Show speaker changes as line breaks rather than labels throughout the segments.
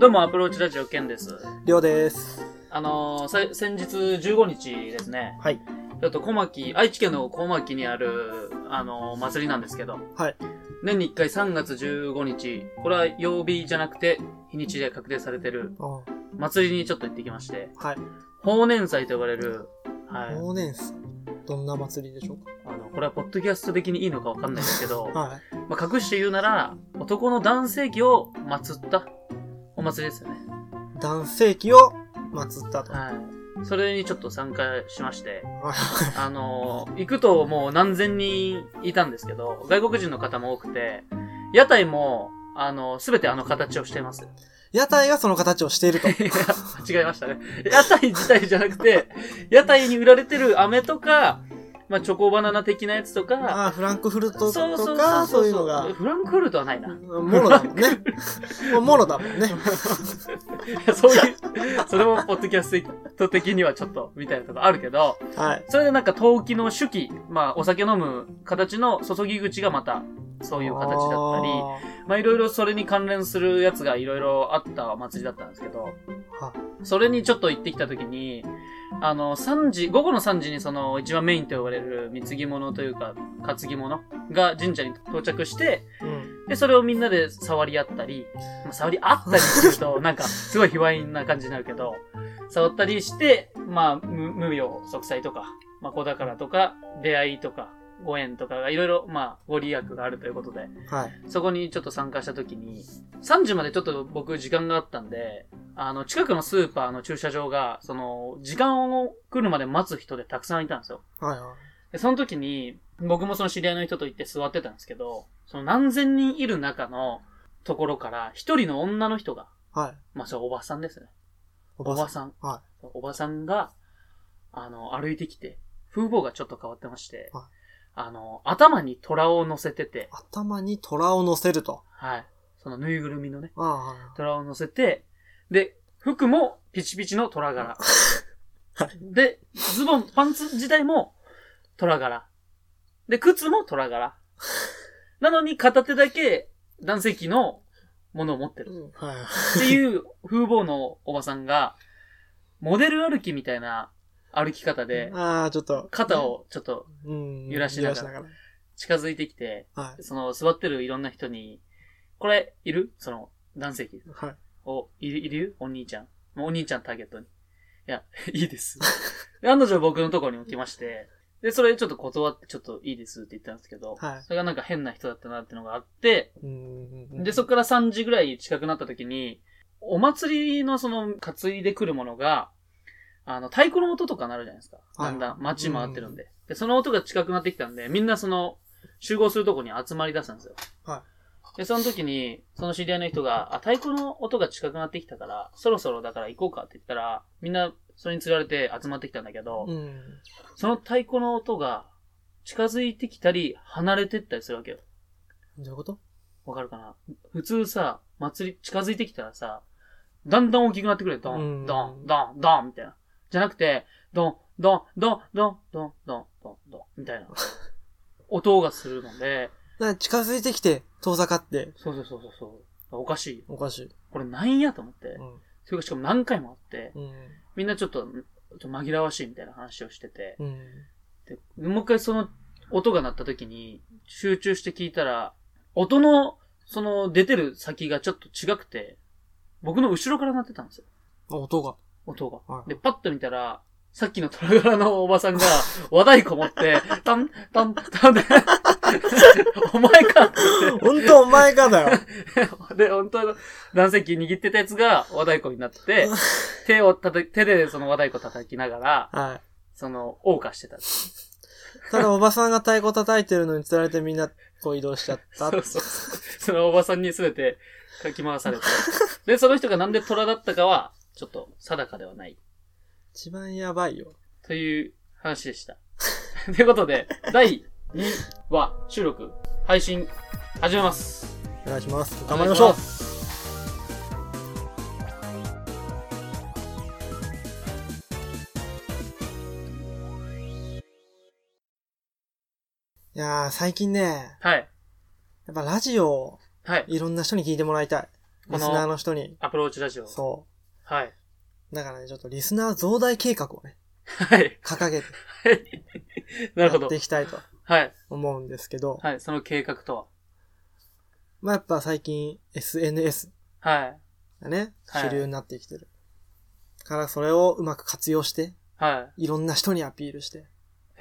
どうも、アプローチラジオ、ケンです。
りょうです。
あのー、さ先日15日ですね、
はい。
ちょっと小牧、愛知県の小牧にある、あのー、祭りなんですけど、
はい。
年に1回3月15日、これは曜日じゃなくて、日にちで確定されてる、
あは
祭りにちょっと行ってきまして、
い。
法年祭と呼ばれる、はい。
忘年祭。どんな祭りでしょう
あの、これはポッドキャスト的にいいのかわかんないですけど、
か はい。
まあ、隠して言うなら、男の男性器を祀ったお祭りですよね。
男性器を祀ったと。
はい。それにちょっと参加しまして、
は
あのー行くともう何千人いたんですけど、外国人の方も多くて、屋台も、あのすべてあの形をしてい ます。
い 屋台がその形をしている と。
いや間違えましたね。屋台自体じゃなくて、屋台に売られてる飴とか、まあ、チョコバナナ的なやつとか、
ああ、フランクフルトとか、そういうのが、
フランクフルトはないな。
もろだもん ね。もうもろだもんね。
そういう、それもポッドキャスト的にはちょっと、みたいなとこあるけど、
はい。
それでなんか陶器の酒器、まあお酒飲む形の注ぎ口がまたそういう形だったり、まあいろいろそれに関連するやつがいろいろあったお祭りだったんですけど、
は
それにちょっと行ってきた時に、あの、3時、午後の3時にその一番メインと呼ばれる貢ぎ物というか担ぎ物が神社に到着して、
あーうん。
で、それをみんなで触り合ったり、まあ、触り合ったりすると、なんか、すごい卑猥な感じになるけど、触ったりして、まあ、無無病息災とか、まあ、子宝とか、出会いとか、ご縁とかがいろいろ、まあ、ご利益があるということで、
はい。
そこにちょっと参加した時に、3時までちょっと僕時間があったんで、あの、近くのスーパーの駐車場が、その、時間を来るまで待つ人でたくさんいたんですよ。
はいはい。
で、その時に、僕もその知り合いの人と行って座ってたんですけど、その何千人いる中のところから、一人の女の人が、
はい。
まあ、それはおばさんですね。
お
お
ば
ば
さ
さん。
は
おばさんが、あの、歩いてきて、風貌がちょっと変わってまして、
はい
あの、頭に虎を乗せてて
ん。、頭に虎を乗せると。
はい。そのぬいぐるみのね、
ああはい
虎を乗せて、で、服もピチピチの虎柄。で、ズボン、パンツ自体も虎柄。で、靴も虎柄。なのに片手だけ男性器のものを持ってる。
うん。はいは
っ
い。
ていう風貌のおばさんが、モデル歩きみたいな歩き方で、
ああ、ちょっと。
肩をちょっと
うん。
揺らしながら
ら。
近づいてきて、
はい。
その座ってるいろんな人に、これ、いるその男性器。
はい。
お、いる、いるお兄ちゃん。もうお兄ちゃんターゲットに。いや、 いいです。で案の定僕のところにも来まして、で、それちょっと断って、ちょっといいですって言ったんですけど、
は
それがなんか変な人だったなっていうのがあって、
い。うん
で、そこから3時ぐらい近くなった時に、お祭りのその担いでくるものが、あの、太鼓の音とかなるじゃないですか。
は
だ
い
んだん街回ってるんで。で、その音が近くなってきたんで、みんなその、集合するとこに集まり出したんですよ。。
はい
で、その時に、その知り合いの人が、あ、太鼓の音が近くなってきたから、そろそろだから行こうかって言ったら、みんな、それにつられて集まってきたんだけど、
うん。
その太鼓の音が、近づいてきたり、離れてったりするわけよ。
どういうこと
わかるかな普通さ、祭り近づいてきたらさ、だんだん大きくなってくるよ。ド
う
ン、
ん
ドン、ドン、ドン、みたいな。じゃなくて、ドン、ドン、ドン、ドン、ドン、ドン、ドン、ドン、みたいな。 音がするので、
だから近づいてきて、遠ざかって、
そうそうそうそうそう。おかしいよ。
おかしい。
これなんやと思って
う。
それがしかも何回もあって、
ん。
みんなちょっと、ちょっと紛らわしいみたいな話をしてて。
うん。
でもう一回その音が鳴った時に集中して聞いたら、音のその出てる先がちょっと違くて、僕の後ろから鳴ってたんですよ、
あ音が。
音が。
はい
で、パッと見たら、さっきの虎柄のおばさんが和太鼓持って、 タン、タン、タン で、お前か って
ほんとお前かだよ。
で、本当の男性器握ってたやつが和太鼓になって、手を叩き、手でその和太鼓叩きながら、
はい。
その、謳歌してた。
ただおばさんが太鼓叩いてるのに釣られてみんな、こう移動しちゃった。
そうそうそう。そのおばさんにすべてかき回され て。で、その人がなんで虎だったかは、ちょっと定かではない。
一番やばいよ。
という話で した。ということで、第2話収録、配信、始めます。
お願いします。頑張りましょういやー、最近ね、
はい。
やっぱラジオを
はい。
いろんな人に聞いてもらいたい。
こ
リスナー
の
の人に。
アプローチラジオ。
そ
はい。
う。だからね、ちょっとリスナー増大計画をね、
はい。
掲げて、
な
や
るほ
っ
ど
て。いきたいと
はい。
思うんですけど、
はい。その計画と
まあやっぱ最近 SNS
は。はい。
がね、
はい
主流になってきてる。からそれをうまく活用して、
はい
ろんな人にアピールして。
い。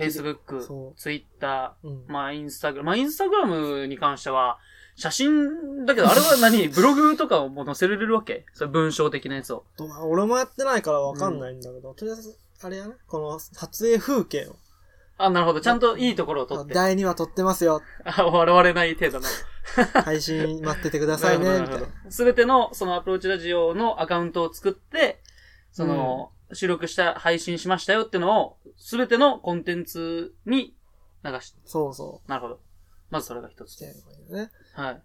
Facebook、
そ
Twitter、
う。うん。
まあ、インスタグラム。まあ、インスタグラムに関しては、写真、だけど、あれは 何ブログとかをもう載せられるわけそれ文章的なやつを。
どうまあ俺もやってないからわかんないんだけど、とりあえず、あれやね、この撮影風景を、
あ、なるほど。ちゃんといいところを撮って。
第2話撮ってますよ、
あ、笑われない程度の。
配信待っててくださいね、みたいな。
すべての、そのアプローチラジオのアカウントを作って、その、収録した、配信しましたよっていうのを、すべてのコンテンツに流し、
そうそ
なるほど。まずそれが一つ
う。み
で。
たいなね。
はい。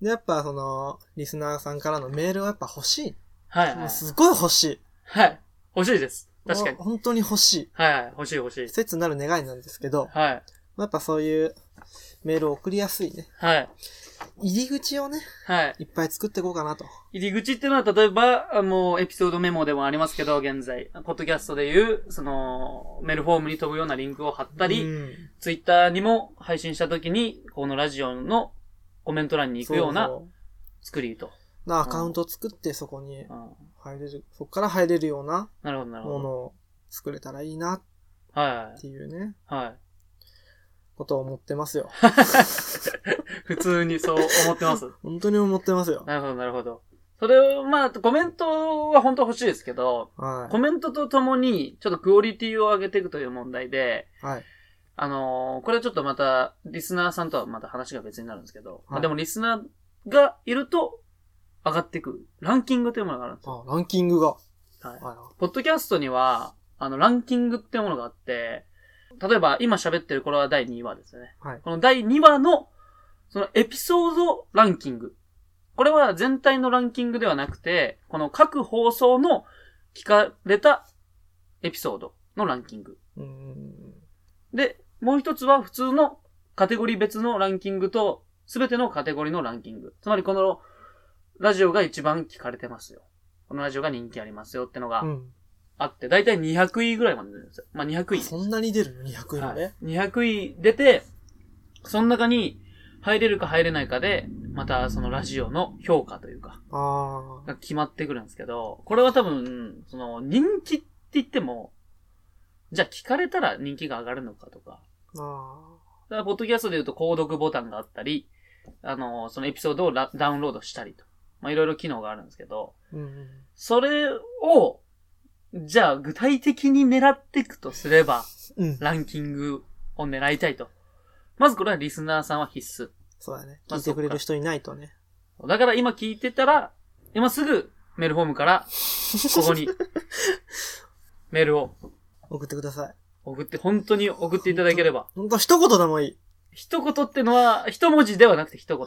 で、やっぱその、リスナーさんからのメールはやっぱ欲しい。
はい、は
もう
い。
すごい欲しい。
はい。欲しいです。確かに
もう。本当に欲しい。
はい、はい。欲しい欲しい。
切なる願いなんですけど、
はい。
やっぱそういうメールを送りやすいね。
はい。
入り口をね、
はい。
いっぱい作っていこうかなと。
入り口っていうのは、例えば、あもうエピソードメモでもありますけど、現在、ポッドキャストでいう、その、メールフォームに飛ぶようなリンクを貼ったり、
うん
ツイッターにも配信した時に、このラジオのコメント欄に行くような
そ
作りと。
うなアカウントを作ってそこに
うん
入れる、そこから入れるような
なるほど、なる
も
ほ
の
ど。
を作れたらいいなっ
は
ていうね、
い。はい。
ことを思ってま すよ。
普通にそう思って ます。
本当に思ってますよ。
なるほど、なるほど。それを、まあ、コメントは本当欲しいですけど、
は
コメントとともに、ちょっとクオリティを上げていくという問題で、
い。はい。
あのーこれはちょっとまた、リスナーさんとはまた話が別になるんですけど、まあでもリスナーがいると、上がっていく、ランキングというものがあるんですよ。
あ、ランキングが。
はい
は
ポッドキャストには、あの、ランキングってものがあって、例えば今喋ってるこれは第2話ですよね。
はい
この第2話の、そのエピソードランキング。これは全体のランキングではなくて、この各放送の聞かれたエピソードのランキング。
い。うん。
で、もう一つは普通のカテゴリー別のランキングと、すべてのカテゴリーのランキング。つまりこのラジオが一番聞かれてますよ。このラジオが人気ありますよってのが、
うん。
あって、だいたい200位ぐらいまで出るんですよ。まあ、200位。
そんなに出るの ?200 位も
はい
ね。、
200位出て、その中に入れるか入れないかで、またそのラジオの評価というか、
ああ。
が決まってくるんですけど、これは多分、その人気って言っても、じゃあ聞かれたら人気が上がるのかとか、
あ
だからポッドキャストで言うと、購読ボタンがあったり、あの、そのエピソードをラダウンロードしたりと。まあ、いろいろ機能があるんですけど、
ーうん。
それを、じゃあ具体的に狙っていくとすれば、
うん。
ランキングを狙いたいと。まずこれはリスナーさんは必
そうだね。
まあ
聞いてくれる人いない とね。
須。だから今聞いてたら、今すぐメールフォームから、こ こに、メールを
送ってください。
送って、本当に送っていただければ。
ほんと一言でもい
一言ってのは、一文字ではなくて一言。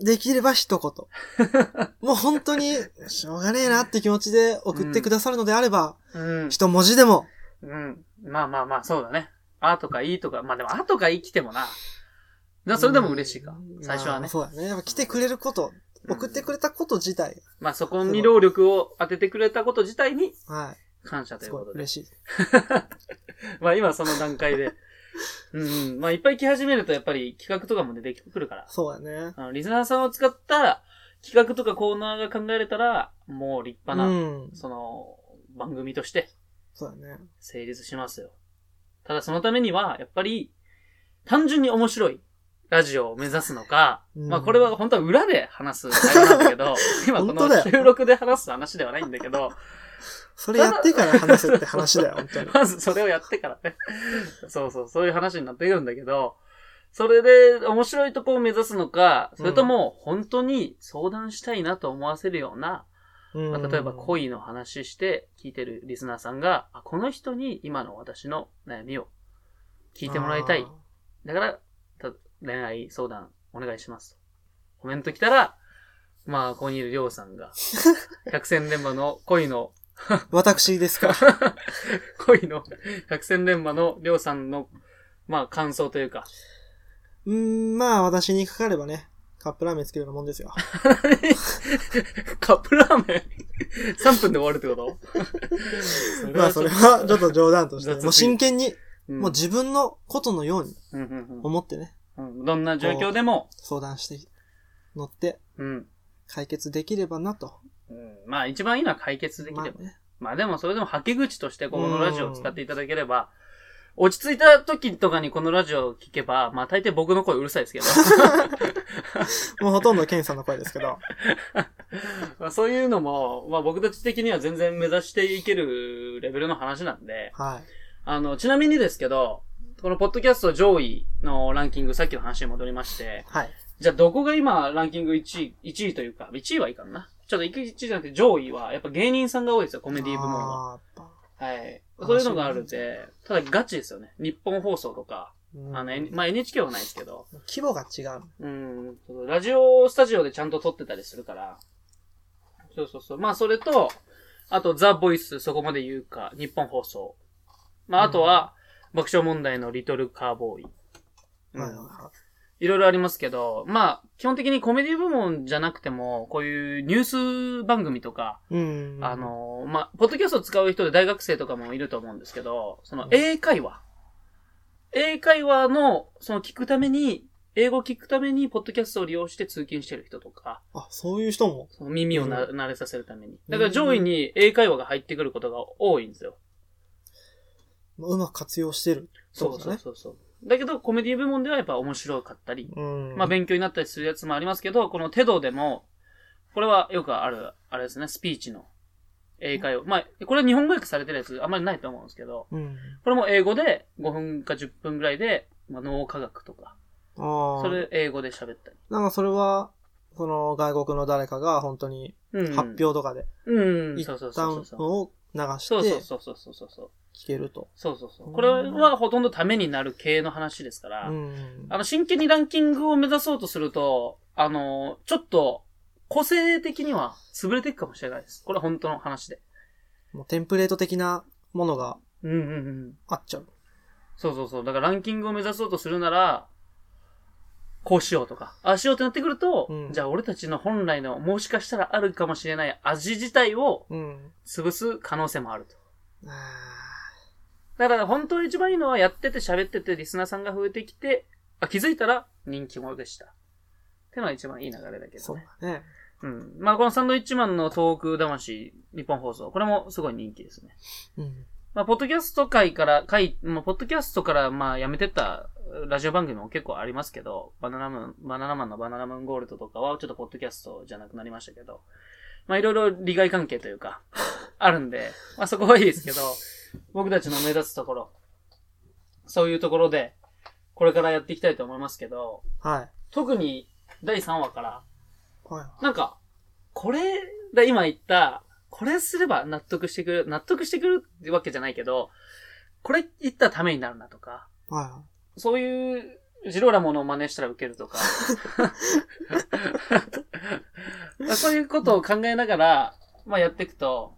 い。できれば 一言。もう本当に、しょうがねえなって気持ちで送ってくださるのであれば、
うん。
一文字でも。
うん。まあまあまあ、そうだね。あとかいいとか、まあでもあとかい来てもな。な、それでも嬉しいか
う。ん
最初は
まあ
ね。
そうだね。やっぱ来てくれること、
うん
送ってくれたこと自体、
まあそこに労力を当ててくれたこと自体に
は
感謝
い。
とい
す
う
ごい
ことで。
嬉しい。
まあ今その段階で。 うん。まあいっぱい来始めるとやっぱり企画とかも出てくるから。
そうだね。
あの、リスナーさんを使った企画とかコーナーが考えれたら、もう立
う
派な、
ん。
その、番組として
そうだね。
成立しますよ。ただそのためには、やっぱり、単純に面白いラジオを目指すのか、
うん
まあこれは本当は裏で話す内容なんだけ ど、今こ
本当だ
の
よ
収録で話す話ではないんだけど、
それやってから話せって話だよ、本当に。
まずそれをやってからね。そうそう、そういう話になってくるんだけど、それで面白いとこを目指すのか、それとも本当に相談したいなと思わせるような、まあ、例えば
こ
恋の話して聞いてるリスナーさんが、あこの人に今の私の悩みを聞いてもらいたい。だから、た恋愛相談お願いしますと。コメント来たら、まあ、ここにいるりょうさん が、百戦錬磨の恋の、
私ですか。
恋の、百戦錬磨のりょう さんの、まあ、感想というか、
うーん、まあ私にかかればね、カップラーメン作るようなもんですよ。
カップラーメン ?3 分で終わるってこと
まあそれはちょっと冗談とし
雑
て、
に
もう真剣に、
うん
もう自分のことのように
うんうん
思ってね、
うんうんどんな状況でも、
相談して、乗って
うん。
解決できればなと。
うんまあ一番いいのは解決できれば。
まあね
まあでもそれでもはけ口としてこのラジオを使っていただければ、落ち着いた時とかにこのラジオを聞けば、まあ大抵僕の声うるさいですけど、
もうほとんどケンさんの声です けど。
まあそういうのも、まあ僕たち的には全然目指していけるレベルの話なんで、
はい。
あの、ちなみにですけど、このポッドキャスト上位のランキング、さっきの話に戻りまして、
はい。
じゃあどこが今ランキング1位、1位というか、1位はいかんな。ちょっと1位じゃなくて上位は、やっぱ芸人さんが多いですよ、コメディ部門は。
あーやっ
はい。
あ
そういうのがあるん
そう
で、ただガチですよね。日本放送とか、
ぱうん
あの、N- まあ、NHK はないですけど、
規模が違う。
うん、そうラジオスタジオでちゃんと撮ってたりするから、そうそうそう。まあ、それと、あと、ザ・ボイス、そこまで言うか、日本放送。まあ、あとは、爆笑問題のリトル・カーボーイ。
はいはい
うん
はい
ろいろありますけど、まあ、基本的にコメディ部門じゃなくても、こういうニュース番組とか、
いうん。
あ、のーまあ、ポッドキャストを使う人で大学生とかもいると思うんですけど、その英会話。英会話の、その聞くために、英語を聞くために、ポッドキャストを利用して通勤してる人とか、
あ、そういう人も。
その耳をな、慣れさせるために。だか
う
ら
ん
上位に英会話が入ってくることが多いんですよ。
うまく活用してる。
そうそうそうそう。だけど、コメディ部門ではやっぱ面白かったり、
うん。
まあ、勉強になったりするやつもありますけど、このテドでも、これはよくある、あれですね、スピーチの英会話。まあ、これは日本語訳されてるやつあんまりないと思うんですけど、
うん。
これも英語で5分か10分ぐらいで、まあ、脳科学とか、
ああ。
それ英語で喋ったり。
なんかそれは、その外国の誰かが本当に
うん
発表とかで、
うん、
一
そうそう
旦
そうそう。
のを流
そ
し
うそう
て
そうそうそうそうそう。
聞けると。
そうそうそう。これはほとんどためになる系の話ですから、
うん
あの、真剣にランキングを目指そうとすると、あの、ちょっと、個性的には潰れていくかもしれないです。これは本当の話で。
もうテンプレート的なものが
うんうんうん。
あっちゃう。
そうそうそう。だからランキングを目指そうとするなら、こうしようとか、ああしようってなってくると、
うん
じゃあ俺たちの本来の、もしかしたらあるかもしれない味自体を
うん。
潰す可能性もあると。
あ
だから本当に一番いいのはやってて喋っててリスナーさんが増えてきて、あ、気づいたら人気者でした。ってのは一番いい流れだけど
ーそう
ね。
だね。
うん。まあこのサンドイッチマンのトーク魂、日本放送、これもすごい人気ですね。
うん。
まあ、ポッドキャスト界から、会、まあ、ポッドキャストから、まあ、やめてったラジオ番組も結構ありますけど、バナナムーン、バナナマンのバナナムーンゴールドとかは、ちょっとポッドキャストじゃなくなりましたけど、まあ、いろいろ利害関係というか、 あるんで、まあ、そこはいいですけど、僕たちの目立つところ、そういうところで、これからやっていきたいと思いますけど、
はい。
特に第3話から、
はい。
なんか、これ、だ今言った、これすれば納得してくる、納得してくるってわけじゃないけど、これ言ったらためになるなとか、
は
そういう、ジローラモの真似したらウケる とか、そういうことを考えながら、まあやっていくと、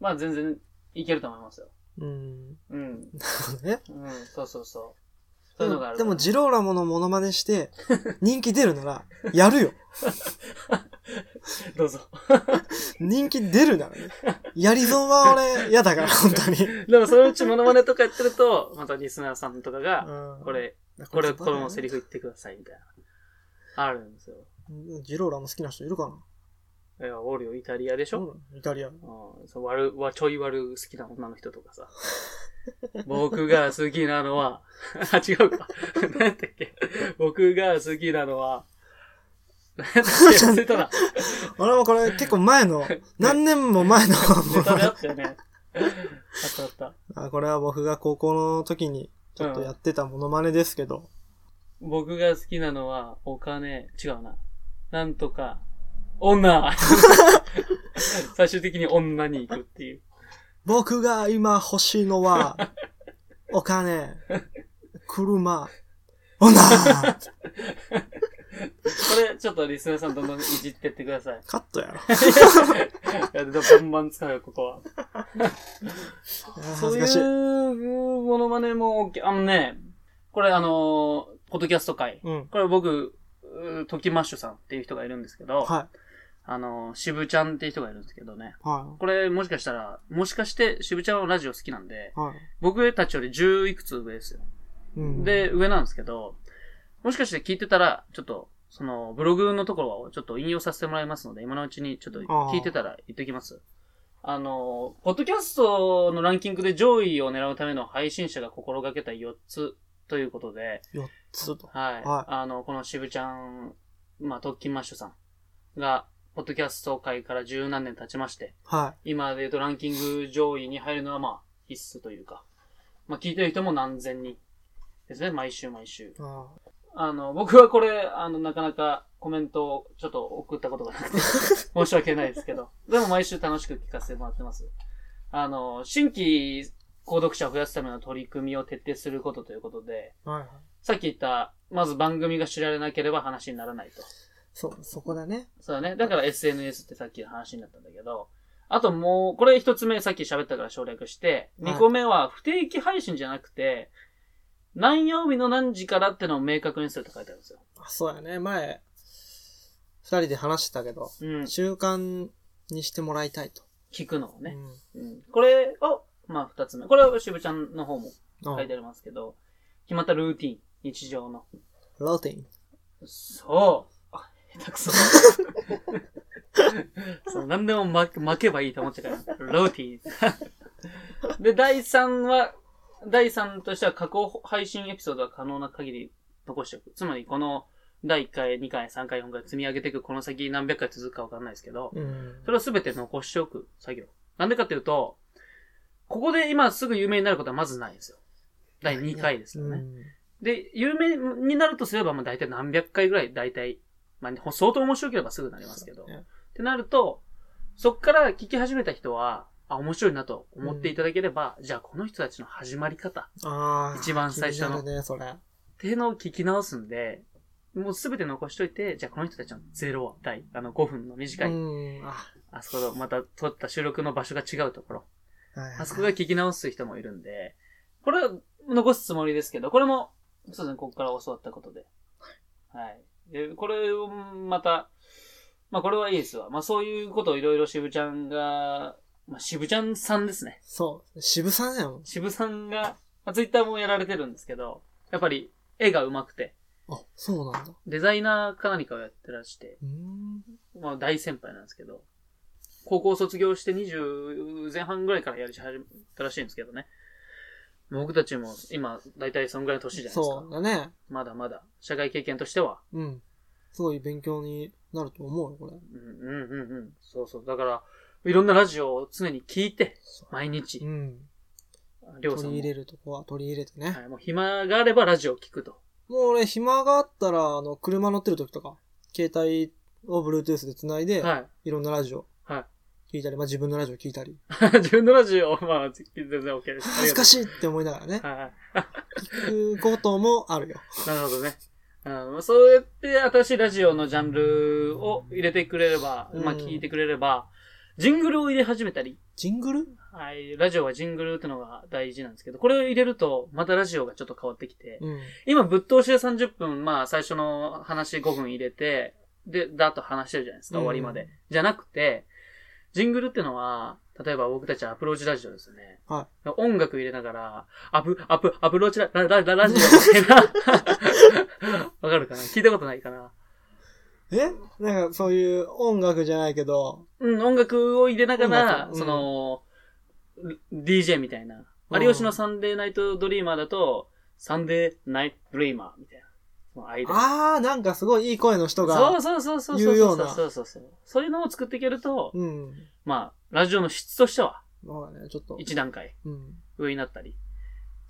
まあ全然いけると思いますよ。
い。うん。
うん。
ね。
うん、 そうそうそう。そう
で
いうのがあ
も、
る。
でもジローラモのモノマネして、人気出るなら、やるよ。
どうぞ。
人気出るならね。やり損は俺、嫌だから、本当に。
でもそのうちモノマネとかやってると、またリスナーさんとかが、
うん
こ、れ、これ、このセリフ言ってください、みたいな。あるんですよ。
ジローラモ好きな人いるかない
や、オールよ、イタリアでしょ、
うんイタリア。
うん、そう悪、わ、ちょい悪好きな女の人とかさ。 僕が好きなのは、 あ、違うか。 何やったっけ僕が好きなのは、 何やったっけ忘れた な。
俺もこれ結構前の、何年も前の、
ネタであったよね。あったあった。
あこれは僕が高校の時にちょっとやってたモノマネですけど、
僕が好きなのは、お金、違うな。なんとか、女 最終的に女に行くっていう。
僕が今欲しい のは、お金、車、女
これ、ちょっとリスナーさんどんどんいじってってくださ い。
カットやろ。
いや、バンバン使うよ、ここは。
恥
そう
ず
い
かしい。
う、モノマネも OK。あのね、これあのーポッドキャスト会。
うん。
これ僕、うートキマッシュさんっていう人がいるんですけど、
は
あの、渋ちゃんっていう人がいるんですけどね。
い。は
これ、もしかしたら、もしかして、渋ちゃんはラジオ好きなんで、
い。はい。
僕たちより10いくつ上ですよ。
うん、
で、上なんですけど、もしかして聞いてたら、ちょっと、その、ブログのところをちょっと引用させてもらいますので、今のうちにちょっと
あー
聞いてたら言ってきます。あの、ポッドキャストのランキングで上位を狙うための配信者が心がけた4つということで、
4つと。
はい。
はい
あの、この渋ちゃん、まあ、特勤マッシュさんが、ポッドキャスト界から十何年経ちまして、
は
今で言うとランキング上位に入るのはまあ、必須というか、まあ、聞いてる人も何千人ですね、毎週毎週。
い。あ
あの、僕はこれ、あの、なかなかコメントをちょっと送ったことがなくて、申し訳ないですけど、でも毎週楽しく聞かせてもらってます。あの、新規購読者を増やすための取り組みを徹底することということで、
ーはいはい。
さっき言った、まず番組が知られなければ話にならないと。
そ、そこだね。
そうだね。だから SNS ってさっきの話になったんだけど、あともう、これ一つ目さっき喋ったから省略して、
は
二
い
個目は不定期配信じゃなくて、何曜日の何時からってのを明確にするって書いてあるんですよ。
あそうやね。前、二人で話してたけど、
うん。
習慣にしてもらいたいと。
聞くのをね。
うん
うん。これを、まあ二つ目。これは渋ちゃんの方も
あ
書いてありますけど、決まったルーティン、日常の。
ローティン。
そうあ下手くそ。そう、何でも巻く巻けばいいと思ってたから。ローティー。で、第3は、第3としては過去配信エピソードは可能な限り残しておく。つまり、この第1回、2回、3回、4回積み上げていく、この先何百回続くかわかんないですけど、
うん
そ。れを全て残しておく作業。なんでかっていうと、ここで今すぐ有名になることはまずないんですよ。第2回ですよね。
うん
で、有名になるとすれば、まあ大体何百回ぐらい、大体、まあ相当面白ければすぐなりますけど。
そうね
ってなると、そっから聞き始めた人は、あ、面白いなと思っていただければ、じゃあこの人たちの始まり方
ああ。
一番最初の
気になるね、それ。
っていうのを聞き直すんで、もうすべて残しといて、じゃあこの人たちのゼロ第、あの5分の短い、
うん。あ、
あそこのまた撮った収録の場所が違うところ、
はいはい
あそこが聞き直す人もいるんで、これは残すつもりですけど、これも、そうですね、ここから教わったことで。はい。で、これをまた、まあこれはいいですわ。まあそういうことをいろいろ渋ちゃんが、まあ渋ちゃんさんですね。
そう。渋さんやもん。
渋さんが、まあ、ツイッターもやられてるんですけど、やっぱり絵が上手くて、
あ、そうなんだ。
デザイナーか何かをやってらして、
うん。
まあ大先輩なんですけど、高校卒業して20前半ぐらいからやり始めたらしいんですけどね。僕たちも今、大体そのぐらいの年じゃないです
そ
か
う。だね。
まだまだ、社会経験としては。
うん。すごい勉強になると思うよ、これ。
うんうんうんうん。そうそう。だから、いろんなラジオを常に聞いて、毎日、
うん。
りょう
取
さん
り入
も
れるとこは取り入れてね。
はい、もう暇があればラジオを聞くと。
もう俺、暇があったら、あの、車乗ってる時とか、携帯を Bluetooth で繋いで、
はい。
い、ろんなラジオ
は
聞いたり、まあ自分のラジオ聞いたり、
い。 自分のラジオ、まあ、全然 OK です。
恥ずか
しい。
しいって思いながらね、
はいはい。
聞くこともあるよ。
なるほどね。うん、そうやって新しいラジオのジャンルを入れてくれれば、
うん
まあ聞いてくれれば、ジングルを入れ始めたり、
ジングル
はい、ラジオはジングルってのが大事なんですけど、これを入れると、またラジオがちょっと変わってきて、
うん。
今ぶっ通しで30分、まあ最初の話5分入れて、で、だっと話してるじゃないですか、終わりまで。
うん
じゃなくて、ジングルってのは、例えば僕たちはアプローチラジオですよね。
は
音楽入れながら、アプ、アプ、アプローチラ、ラ、ラ、ラ、ラジオみたいな。 わかるかな聞いたことないかな
えなんかそういう音楽じゃないけど、
うん、音楽を入れながら、
音楽うん
その、DJ みたいな。
うん
有吉のサンデーナイトドリーマーだと、サンデーナイトドリーマーみたいな。その間に
あー、なんかすごいいい声の人が、
そうそうそうそうそ
言
う
う
そ
よ
う
うな
そうそうそう。そういうのを作っていけると、
うん。
まあ、ラジオの質としては、
そうだね、ちょっと。
一段階
うん。
上になったり、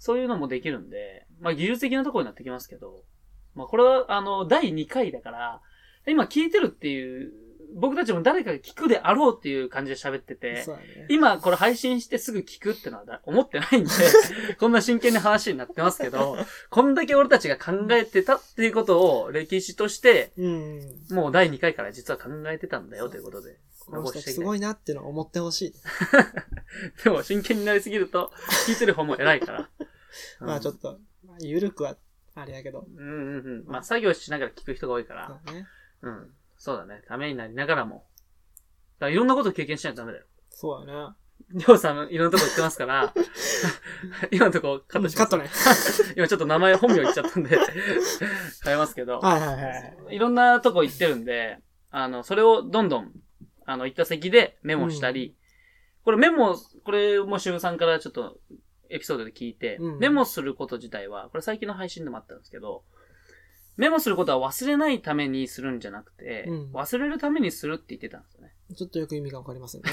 そういうのもできるんで、まあ技術的なところになってきますけど、まあこれは、あの、第2回だから、今聞いてるっていう、僕たちも誰かが聞くであろうっていう感じで喋ってて、
そうだね。
今これ配信してすぐ聞くってのはだ思ってないん で、こんな真剣な話になってますけど、こんだけ俺たちが考えてたっていうことを歴史として、
うん。
もう第2回から実は考えてたんだよということで。
この人すごいなってのを思ってほしい。。
で も真剣になりすぎると、聞いてる方も偉いから
まあちょっと、まあ、ゆるくは、あれやけど。
うんうんうん。まあ、作業しながら聞く人が多いから
そ。うね。
うん。そうだね。ためになりながらも。だからいろんなこと経験しないとダメだよ。
そうやね。
りょうさん、いろんなとこ行ってます から、今のとこカ
カ
ットします。
ットね。
今ちょっと名前本名言っちゃったんで、 変えますけど。
はいはいはい。
いろんなとこ行ってるんで、あの、それをどんどん、あの、行った先でメモしたり、これメモ、これもしぶさんからちょっとエピソードで聞いて、
うん
メモすること自体は、これ最近の配信でもあったんですけど、メモすることは忘れないためにするんじゃなくて、
うん
忘れるためにするって言ってたんですよね。
ちょっとよく意味がわかりません ね。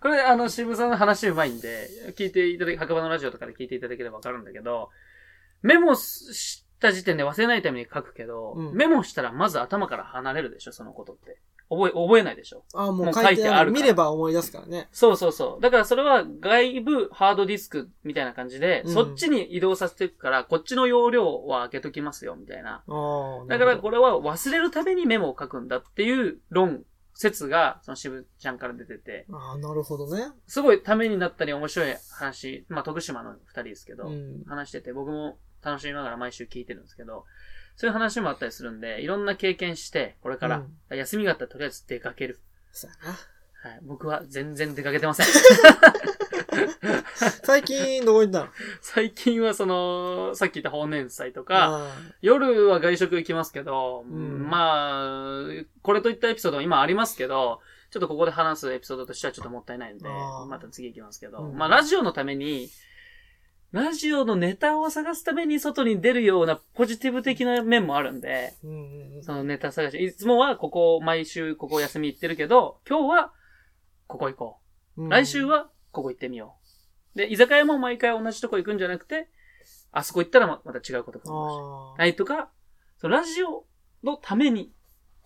これ、あの、渋さんの話うまいんで、聞いていただき、白馬のラジオとかで聞いていただければわかるんだけど、メモした時点で忘れないために書くけど、
うん
メモしたらまず頭から離れるでしょ、そのことって。覚え、覚えないでしょ。
ああ、
も
も
う
う書い
書い
て
て
あ
あ
る。
るから
見れば思い出すからね。
そうそうそう。だからそれは外部ハードディスクみたいな感じで、
うん
そっちに移動させていくから、こっちの容量は開けときますよ、みたいな。
ああ。
だからこれは忘れるためにメモを書くんだっていう論、説が、その渋ちゃんから出てて、
ああ、なるほどね。
すごいためになったり面白い話、まあ徳島の二人ですけど、
うん。
話してて、僕も楽しみながら毎週聞いてるんですけど、そういう話もあったりするんで、いろんな経験して、これから、休みがあったらとりあえず出かける。
そうやな。
はい、僕は全然出かけてませ ん。
最近、どこ 行ったの
最近はその、さっき言った放年祭とか、
あ
夜は外食行きますけど、
ん
まあ、これといったエピソードは今ありますけど、ちょっとここで話すエピソードとしてはちょっともったいないんで、
あー
また次行きますけど、
うん
まあラジオのために、ラジオのネタを探すために外に出るようなポジティブ的な面もあるんで、
ーうんうんうん。
そのネタ探し、いつもはここ、毎週ここ休み行ってるけど、今日はここ行こう。
うん
来週はここ行ってみよう。で、居酒屋も毎回同じとこ行くんじゃなくて、あそこ行ったらままた違うこと
あ
かもし
あ、
れないとか、そのラジオのために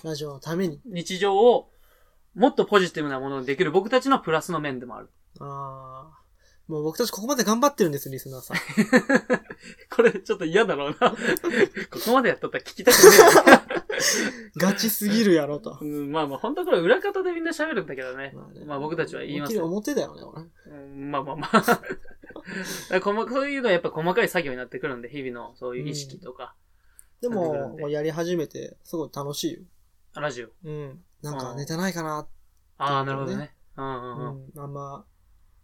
ラジオのために。
日常をもっとポジティブなものにできる僕たちのプラスの面でもある。
ああ。もう僕たちここまで頑張ってるんですよ、リスナーさん。
これちょっと嫌だろう な。ここまでやっとったら聞きたくね
ガチすぎるやろと
え。。うん、まあまあ本当はこれ裏方でみんな喋るんだけどね。
まあね
まあ僕たちは言いますよ
思いっきり表だよね、俺。
うんまあまあまあ。だ から細かそういうのはやっぱ細かい作業になってくるんで、日々のそういう意識とか、
で
なんでなん
も、
で
もうやり始めて、すごい楽しいよ。
ラジオ。
うん。なん
あ
か
ー
ネタないかな、
ああ、なるほどね。うんうんうん。
うんあんま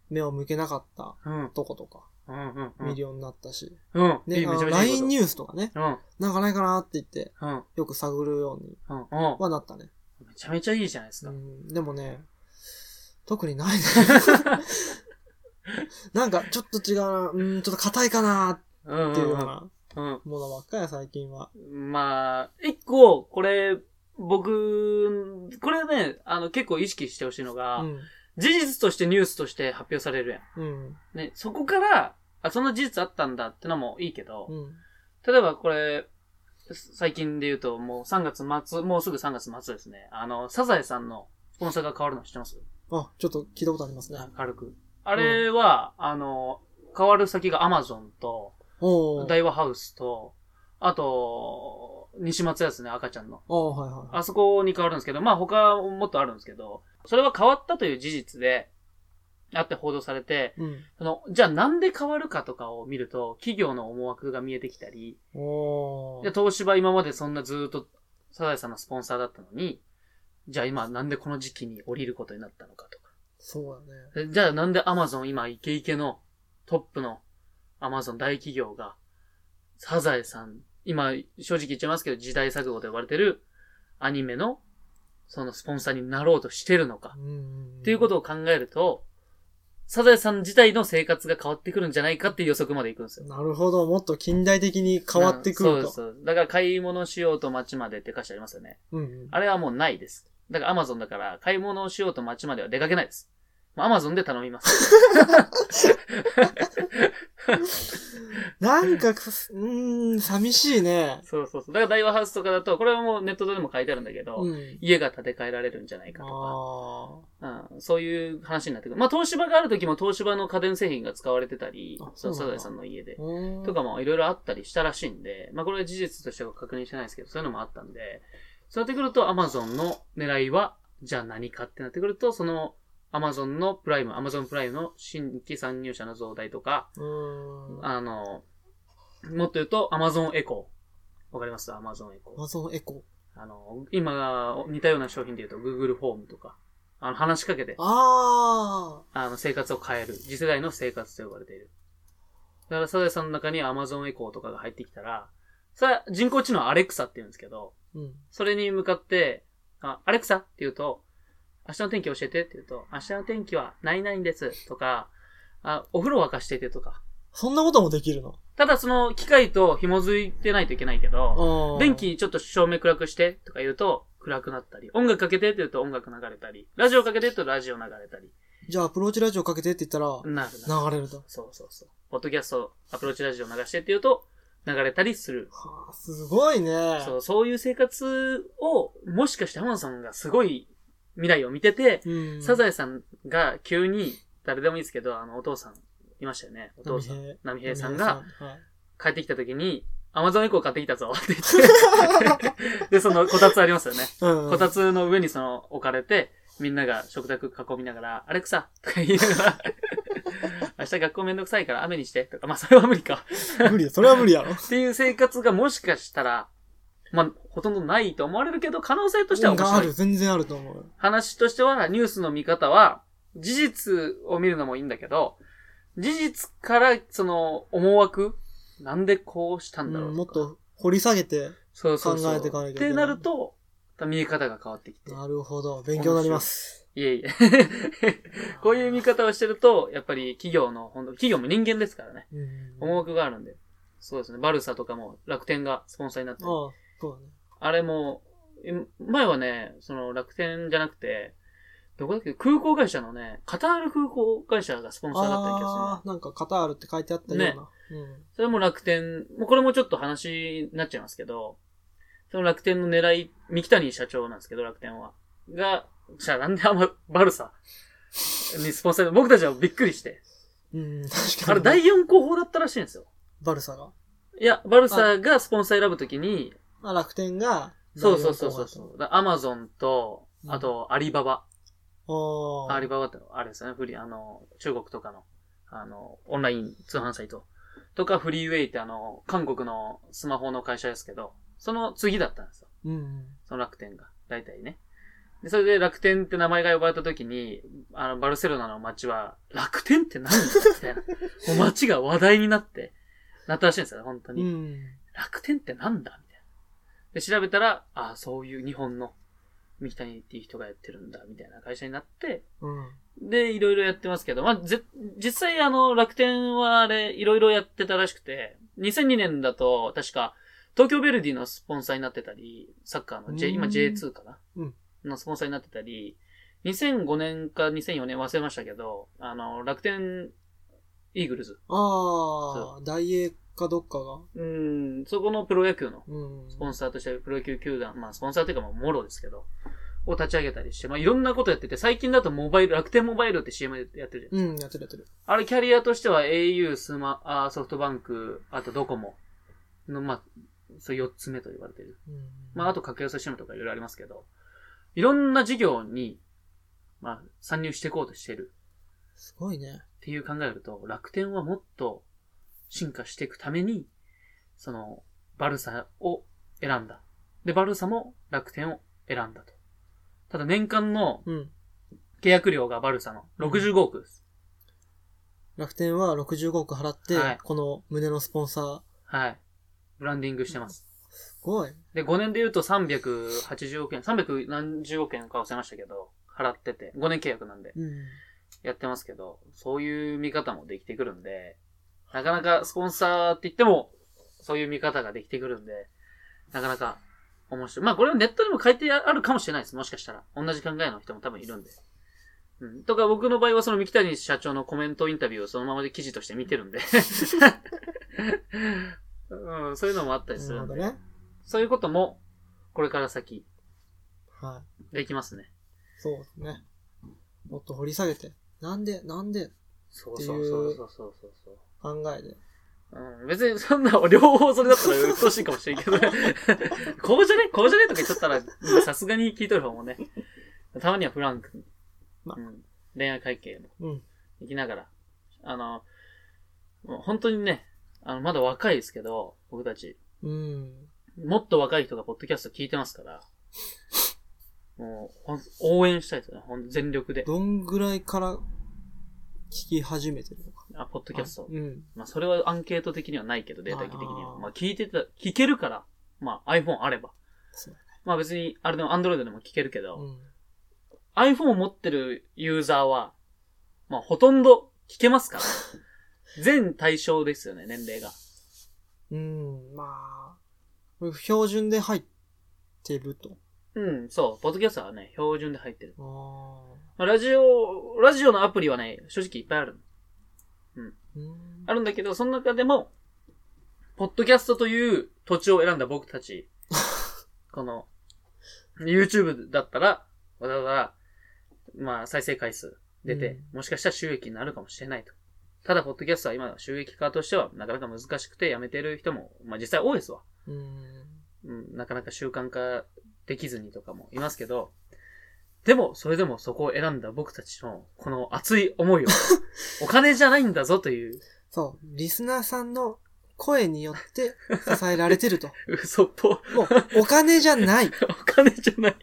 目を向けなかった
うん。
とことか、
うんうんうん。
見るようになったし。
うん。い
で、
い
あ
めちゃ
の
めちゃいい
LINE
こ
ニュースとかね、
と。うん。
なんかないかなって言って、
うん。
よく探るように
うん。う
はなったね。
ん。めちゃめちゃいいじゃないです
う
か。
ん。でもね、特 にないね。なんかちょっと違うな、うん、ちょっと硬いかな
うん
っていうような
うん。
ものばっかりや、最近は。
うん。まあ、一個、これ、僕、これね、あの、結構意識してほしいの
う
が、
ん。
事実としてニュースとして発表されるや
うん。
ん。ね、そこから、あ、その事実あったんだってのもいいけど、
うん。
例えばこれ、最近で言うと、もう3月末、もうすぐ3月末ですね。あの、サザエさんのスポンサーが変わるの知ってます
あ、ちょっと聞いたことありますね。
軽く。あれは、あの、変わる先がアマゾンと、
おー。
大和ハウスと、あと、西松屋ですね、赤ちゃんの。
おー、はいはい。
あそこに変わるんですけど、まあ他もっとあるんですけど、それは変わったという事実で、あって報道されて、
うん。
その、じゃあなんで変わるかとかを見ると、企業の思惑が見えてきたり、
お
で
ー。
東芝今までそんなずーっとサザエさんのスポンサーだったのに、じゃあ今なんでこの時期に降りることになったのかとか。
そうだ
え
ね。
じゃあなんでアマゾン今イケイケのトップのアマゾン大企業がサザエさん、今正直言っちゃいますけど時代錯誤と呼ばれてるアニメのそのスポンサーになろうとしてるのか
うんうんうん。
っていうことを考えるとサザエさん自体の生活が変わってくるんじゃないかっていう予測までいくんですよ。
なるほど。もっと近代的に変わってく
うん
る
そう
と。
そうだから買い物しようと街までって歌詞ありますよね。
うんうん。
あれはもうないです。だからアマゾンだから買い物をしようと街までは出かけないです。アマゾンで頼みます。
なんかくす、うーん、寂しいね。
そうそうそう。だから大和ハウスとかだと、これはもうネットでも書いてあるんだけど、
うん。
家が建て替えられるんじゃないかと
あ
か、うん、そういう話になってくる。まあ東芝がある時も東芝の家電製品が使われてたり
あ、
そ
そううなんだ
サザエさんの家で
あ。。うーん
とかもいろいろあったりしたらしいんで、まあこれは事実としては確認してないですけど、そういうのもあったんで、そうなってくると Amazon の狙いは、じゃあ何かってなってくると、その Amazon のプライム、Amazon プライムの新規参入者の増大とか、
うーん。
あの、もっと言うと、アマゾンエコー。わかりますアマゾンエコー。
Amazon エコ
あの、今、似たような商品で言うと、Google フォームとか、あの、話しかけて
ー。、あ
あの、生活を変える。次世代の生活と呼ばれている。だから、サザエさんの中に Amazon エコーとかが入ってきたら、それは人工知能アレクサって言うんですけど、
ー。うん。
それに向かって、あ、アレクサって言うと、明日の天気教えてって言うと、明日の天気は何々ですとか、あ、お風呂沸かしててとか。
そんなこともできるの
ただその機械と紐づいてないといけないけど、
あー
電気ちょっと照明暗くしてとか言うと暗くなったり、音楽かけてって言うと音楽流れたり、ラジオかけてって言うとラジオ流れたり、
じゃあ、アプローチラジオかけてって言ったら、
なるな。
流れると。
そうそうそう。ポッドキャスト、アプローチラジオ流してって言うと流れたりする。
はあ、すごいね。
そう、そういう生活を、もしかして浜野さんがすごい未来を見てて、
うん。
サザエさんが急に、誰でもいいですけど、あの、お父さん、いましたよね。お父さん。
波
波
平
平さんが、
はい
帰ってきた時に、アマゾンエコー買ってきたぞって 言って。で、その、こたつありますよね。
う ん。
こたつの上にその、置かれて、みんなが食卓囲みながら、アレクサとか言いながら、 明日学校めんどくさいから雨にしてとか、まあそれは無理か。
無理よ。それは無理 やろ。
っていう生活がもしかしたら、まあ、ほとんどないと思われるけど、可能性としては面
があ
白い
る。。全然あると思う。
話としては、ニュースの見方は、事実を見るのもいいんだけど、事実から、その、思惑なんでこうした
うん
だろうとか、
んもっと掘り下げて。
そうそうそう
考えていかなきゃい
っ
けない
てなると、見え方が変わってきて。
なるほど。勉強になります。
いえいえ。 こういう見方をしてると、やっぱり企業の、ほんと企業も人間ですからね。
うん
思惑があるんで。そうですね。バルサとかも楽天がスポンサーになってる
ああ、そうだね。
あれも、え前はね、その楽天じゃなくて、どこだっけ空港会社のね、カタール空港会社がスポンサーだった気がする
あ
ね。
あ、なんかカタールって書いてあったような。
ね
うん。
それも楽天、もうこれもちょっと話になっちゃいますけど、その楽天の狙い、三木谷社長なんですけど、楽天は。が、じゃあなんであんまバルサにスポンサーで、僕たちはびっくりして。
うん、確か
あ
に。
れ第4候補だったらしいんですよ。
バルサが。
いや、バルサがスポンサー選ぶときに、
あ、楽天が。
そうそうそうそうそう。だアマゾンと、あと、アリババ。
ああ。
アリババって、あれですよね、フリー、あの、中国とかの、あの、オンライン通販サイト。とか、フリーウェイってあの、韓国のスマホの会社ですけど、その次だったんですよ。
うんうん。
その楽天が。大体ね。でそれで楽天って名前が呼ばれた時に、あの、バルセロナの街は、楽天って何み たいな。もう街が話題になって、なったらしいんですよね、本当に。
うん。
楽天ってなんだみたいな。で、調べたら、ああ、そういう日本の、三木谷っていう人がやってるんだ、みたいな会社になって、
うん。
で、いろいろやってますけど、まあ、ぜ、実際あの、楽天はあれ、いろいろやってたらしくて、2002年だと、確か、東京ベルディのスポンサーになってたり、サッカーの J、
うん
今 J2 かな、
うん
のスポンサーになってたり、2005年か2004年忘れましたけど、あの、楽天、イーグルズ。
ああ、大英かどっかが。
うん、そこのプロ野球の
うん。
スポンサーとしてプロ野球球団、まあスポンサーというかまあもろですけど、を立ち上げたりして、まあいろんなことやってて、最近だとモバイル、楽天モバイルって CM でやってるじゃん。
うん、やってるやってる。
あれキャリアとしては au、スマ、あーソフトバンク、あとドコモの、まあ、そう4つ目と言われてる。
うん
まああと格安シムとかいろいろありますけど、いろんな事業に、まあ参入していこうとしてる
すごいね。
っていう考えると、楽天はもっと進化していくために、その、バルサを選んだ。で、バルサも楽天を選んだと。ただ年間の
うん。
契約料がバルサの65億です。
楽天は65億払って、
はい
この胸のスポンサー。
はい。ブランディングしてます。
すごい。
で、5年で言うと380億円、300何十億円か忘れましたけど、払ってて、5年契約なんで
うん。
やってますけど、そういう見方もできてくるんで、なかなかスポンサーって言っても、そういう見方ができてくるんで、なかなか面白い。まあこれはネットにも書いてあるかもしれないです。もしかしたら。同じ考えの人も多分いるんで。うん。とか僕の場合はその三木谷社長のコメントインタビューをそのままで記事として見てるんで。 うん、そういうのもあったりす
なる
る
ほ
ん
ど
で。
ね。
そういうことも、これから先、
はい。
できますね。
そうですね。もっと掘り下げて、なんで、なんで
そう
そうそうそう
そうそうそう。
考えて。
うん、別にそんな、両方それだったら鬱陶しいかもしれんけ ど、こうじゃねこうじゃねとか言っちゃったら、さすがに聞いとる方もね、たまにはフランクに、
まあ
うん、恋愛会計も
うん。
行きながら、あの、もう本当にね、あの、まだ若いですけど、僕たち。
うん。
もっと若い人がポッドキャスト聞いてますから、もう、ほん応援したいですね。ほん全力で。
どんぐらいから聞き始めてるのか。
あ、ポッドキャスト。
うん。
まあ、それはアンケート的にはないけど、データ的に
あ
は。
ー
まあ、聞いてた、聞けるから、まあ、iPhone あれば。
そうだね。
まあ、別に、あれでも Android でも聞けるけど、
うん。
iPhone を持ってるユーザーは、まあ、ほとんど聞けます から。全対象ですよね、年齢が。
うん、まあ、標準で入ってると。
うん、そう。ポッドキャストはね、標準で入ってる。
ああ。
まあラジオ、ラジオのアプリはね、正直いっぱいある。
うん
あるんだけど、その中でも、ポッドキャストという土地を選んだ僕たち、この、YouTube だったら、わざわざ、まあ、再生回数出て、もしかしたら収益になるかもしれないと。ただ、ポッドキャストは今の収益化としては、なかなか難しくて、やめてる人も、まあ実際多いですわ。
うん。
うん、なかなか習慣化できずにとかもいますけど、でも、それでもそこを選んだ僕たちの、この熱い思いを、お金じゃないんだぞという、
そう、リスナーさんの声によって支えられてると。
嘘っぽい
もう、お金じ ゃない。
お金じゃない。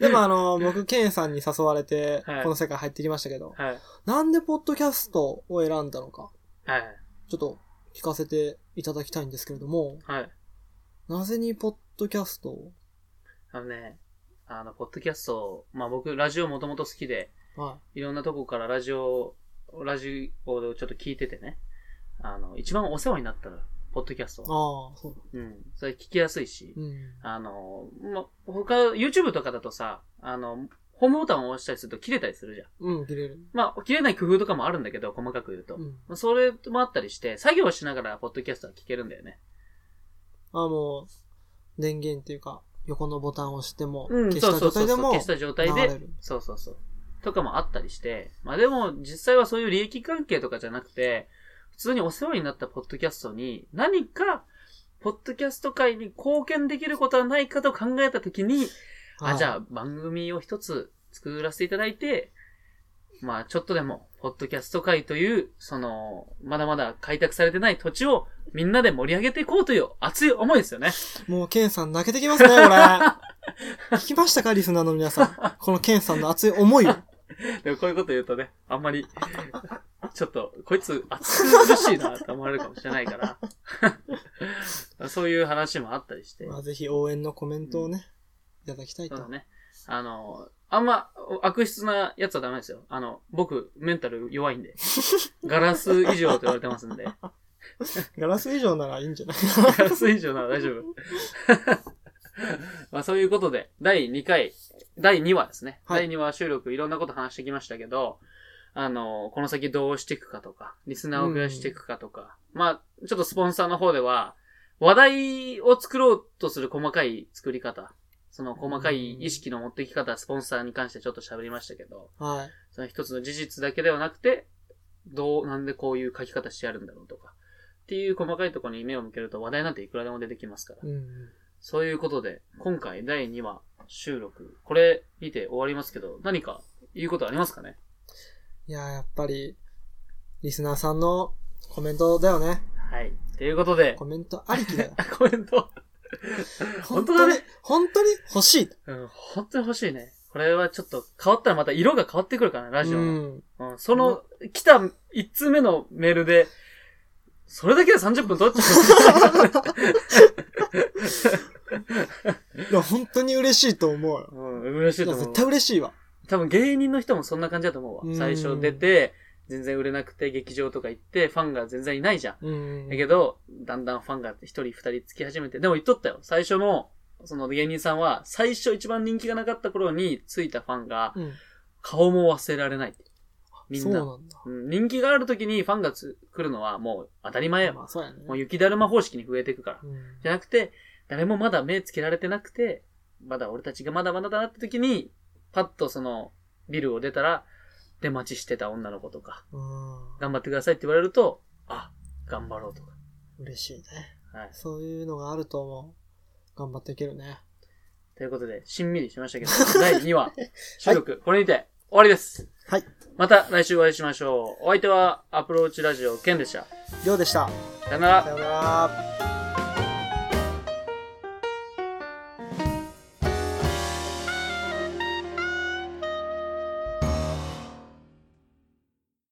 でもあの、僕、ケンさんに誘われて
はい、
この世界入ってきましたけど、
はい。
なんでポッドキャストを選んだのか、
はい。
ちょっと聞かせていただきたいんですけれども、
はい。
なぜにポッドキャストを
あのね、あの、ポッドキャスト、まあ僕、ラジオもともと好きで、
はい
ろんなとこからラジオ、ラジオでちょっと聞いててね、あの、一番お世話になったの、ポッドキャスト
い。
は。
ああ、そう。
うん。それ聞きやすいし、
うん。
あの、ま、他、YouTube とかだとさ、あの、ホームボタンを押したりすると切れたりするじゃん。
うん、切れる。
まあ、切れない工夫とかもあるんだけど、細かく言うと。
うん。
まあそれもあったりして、作業しながらポッドキャストは聞けるんだよね。
あもう、電源っていうか、横のボタンを押しても、
うん、
消し
そう
た
そ
状
うそう
態で
そう。
も、
消した状態
流れ
で
る。
そうそうそう。とかもあったりして。まあでも、実際はそういう利益関係とかじゃなくて、普通にお世話になったポッドキャストに、何か、ポッドキャスト界に貢献できることはないかと考えたときに、
は
あ、
い
じゃあ番組を一つ作らせていただいて、まあちょっとでも、ポッドキャスト界という、その、まだまだ開拓されてない土地をみんなで盛り上げていこうという熱い思いですよね。
もう、ケンさん泣けてきますね、これ。 聞きましたかリスナーの皆さん。このケンさんの熱い思いを。
でもこういうこと言うとね、あんまり、ちょっと、こいつ熱苦しいなって思われるかもしれないから、 そういう話もあったりして、
まあ、ぜひ応援のコメントをね、いただきたい
そ
と。
うだね。あの、あんま悪質なやつはダメですよ。あの、僕、メンタル弱いんで、ガラス以上と言われてますんで、
ガラス以上ならいいんじゃ ない
ガラス以上なら大丈夫。 まあそういうことで、第2回、第2話ですね。
はい
第2話収録いろんなこと話してきましたけど、あの、この先どうしていくかとか、リスナーを増やしていくかとか、まあ、ちょっとスポンサーの方では、話題を作ろうとする細かい作り方、その細かい意識の持っていき方、スポンサーに関してちょっと喋りましたけど、
はい。
その一つの事実だけではなくて、どう、なんでこういう書き方してあるんだろうとか、っていう細かいところに目を向けると話題なんていくらでも出てきますから。
うん。
そういうことで、今回第2話収録、これにて終わりますけど、何か言うことありますかね
いやー、やっぱり、リスナーさんのコメントだよね。
はい。ということで
コ、メントありきだよ。
コメント、 本当だね
本当に。本当に欲しい。
うん、本当に欲しいね。これはちょっと変わったらまた色が変わってくるからね、ラジオ
う
の。
ん。
うん、その、来た1通目のメールで、それだけで30分取っちゃう。
いや、本当に嬉しいと思うよ。
うん、嬉しい
い
と
や、
思う
絶。対嬉しいわ。
多分芸人の人もそんな感じだと思う
う
わ。
ん
最初出て、全然売れなくて、劇場とか行って、ファンが全然いないじゃん。
うん。
だけど、だんだんファンが一人二人つき始めて、でも言っとったよ。最初の、その芸人さんは、最初一番人気がなかった頃についたファンが、
うん。
顔も忘れられないって。みん
そう
な。
なんだ。
うん、人気がある時にファンがつ来るのはもう当たり前や
ま
わ。
あ、そうやね。
もう雪だるま方式に増えていくから。
うん
じゃなくて、誰もまだ目つけられてなくて、まだ俺たちがまだまだだなって時に、パッとその、ビルを出たら、出待ちしてた女の子とか、
うん。
頑張ってくださいって言われると、あ、頑張ろうとか。
嬉しいね。
はい。
そういうのがあると思う。頑張っていけるね。
ということで、しんみりしましたけど、第2話、収録、これにて終わりです。
はい。
また来週お会いしましょう。お相手は、アプローチラジオ、ケンでした。
りょうでした。
さよなら
さ。ようなら。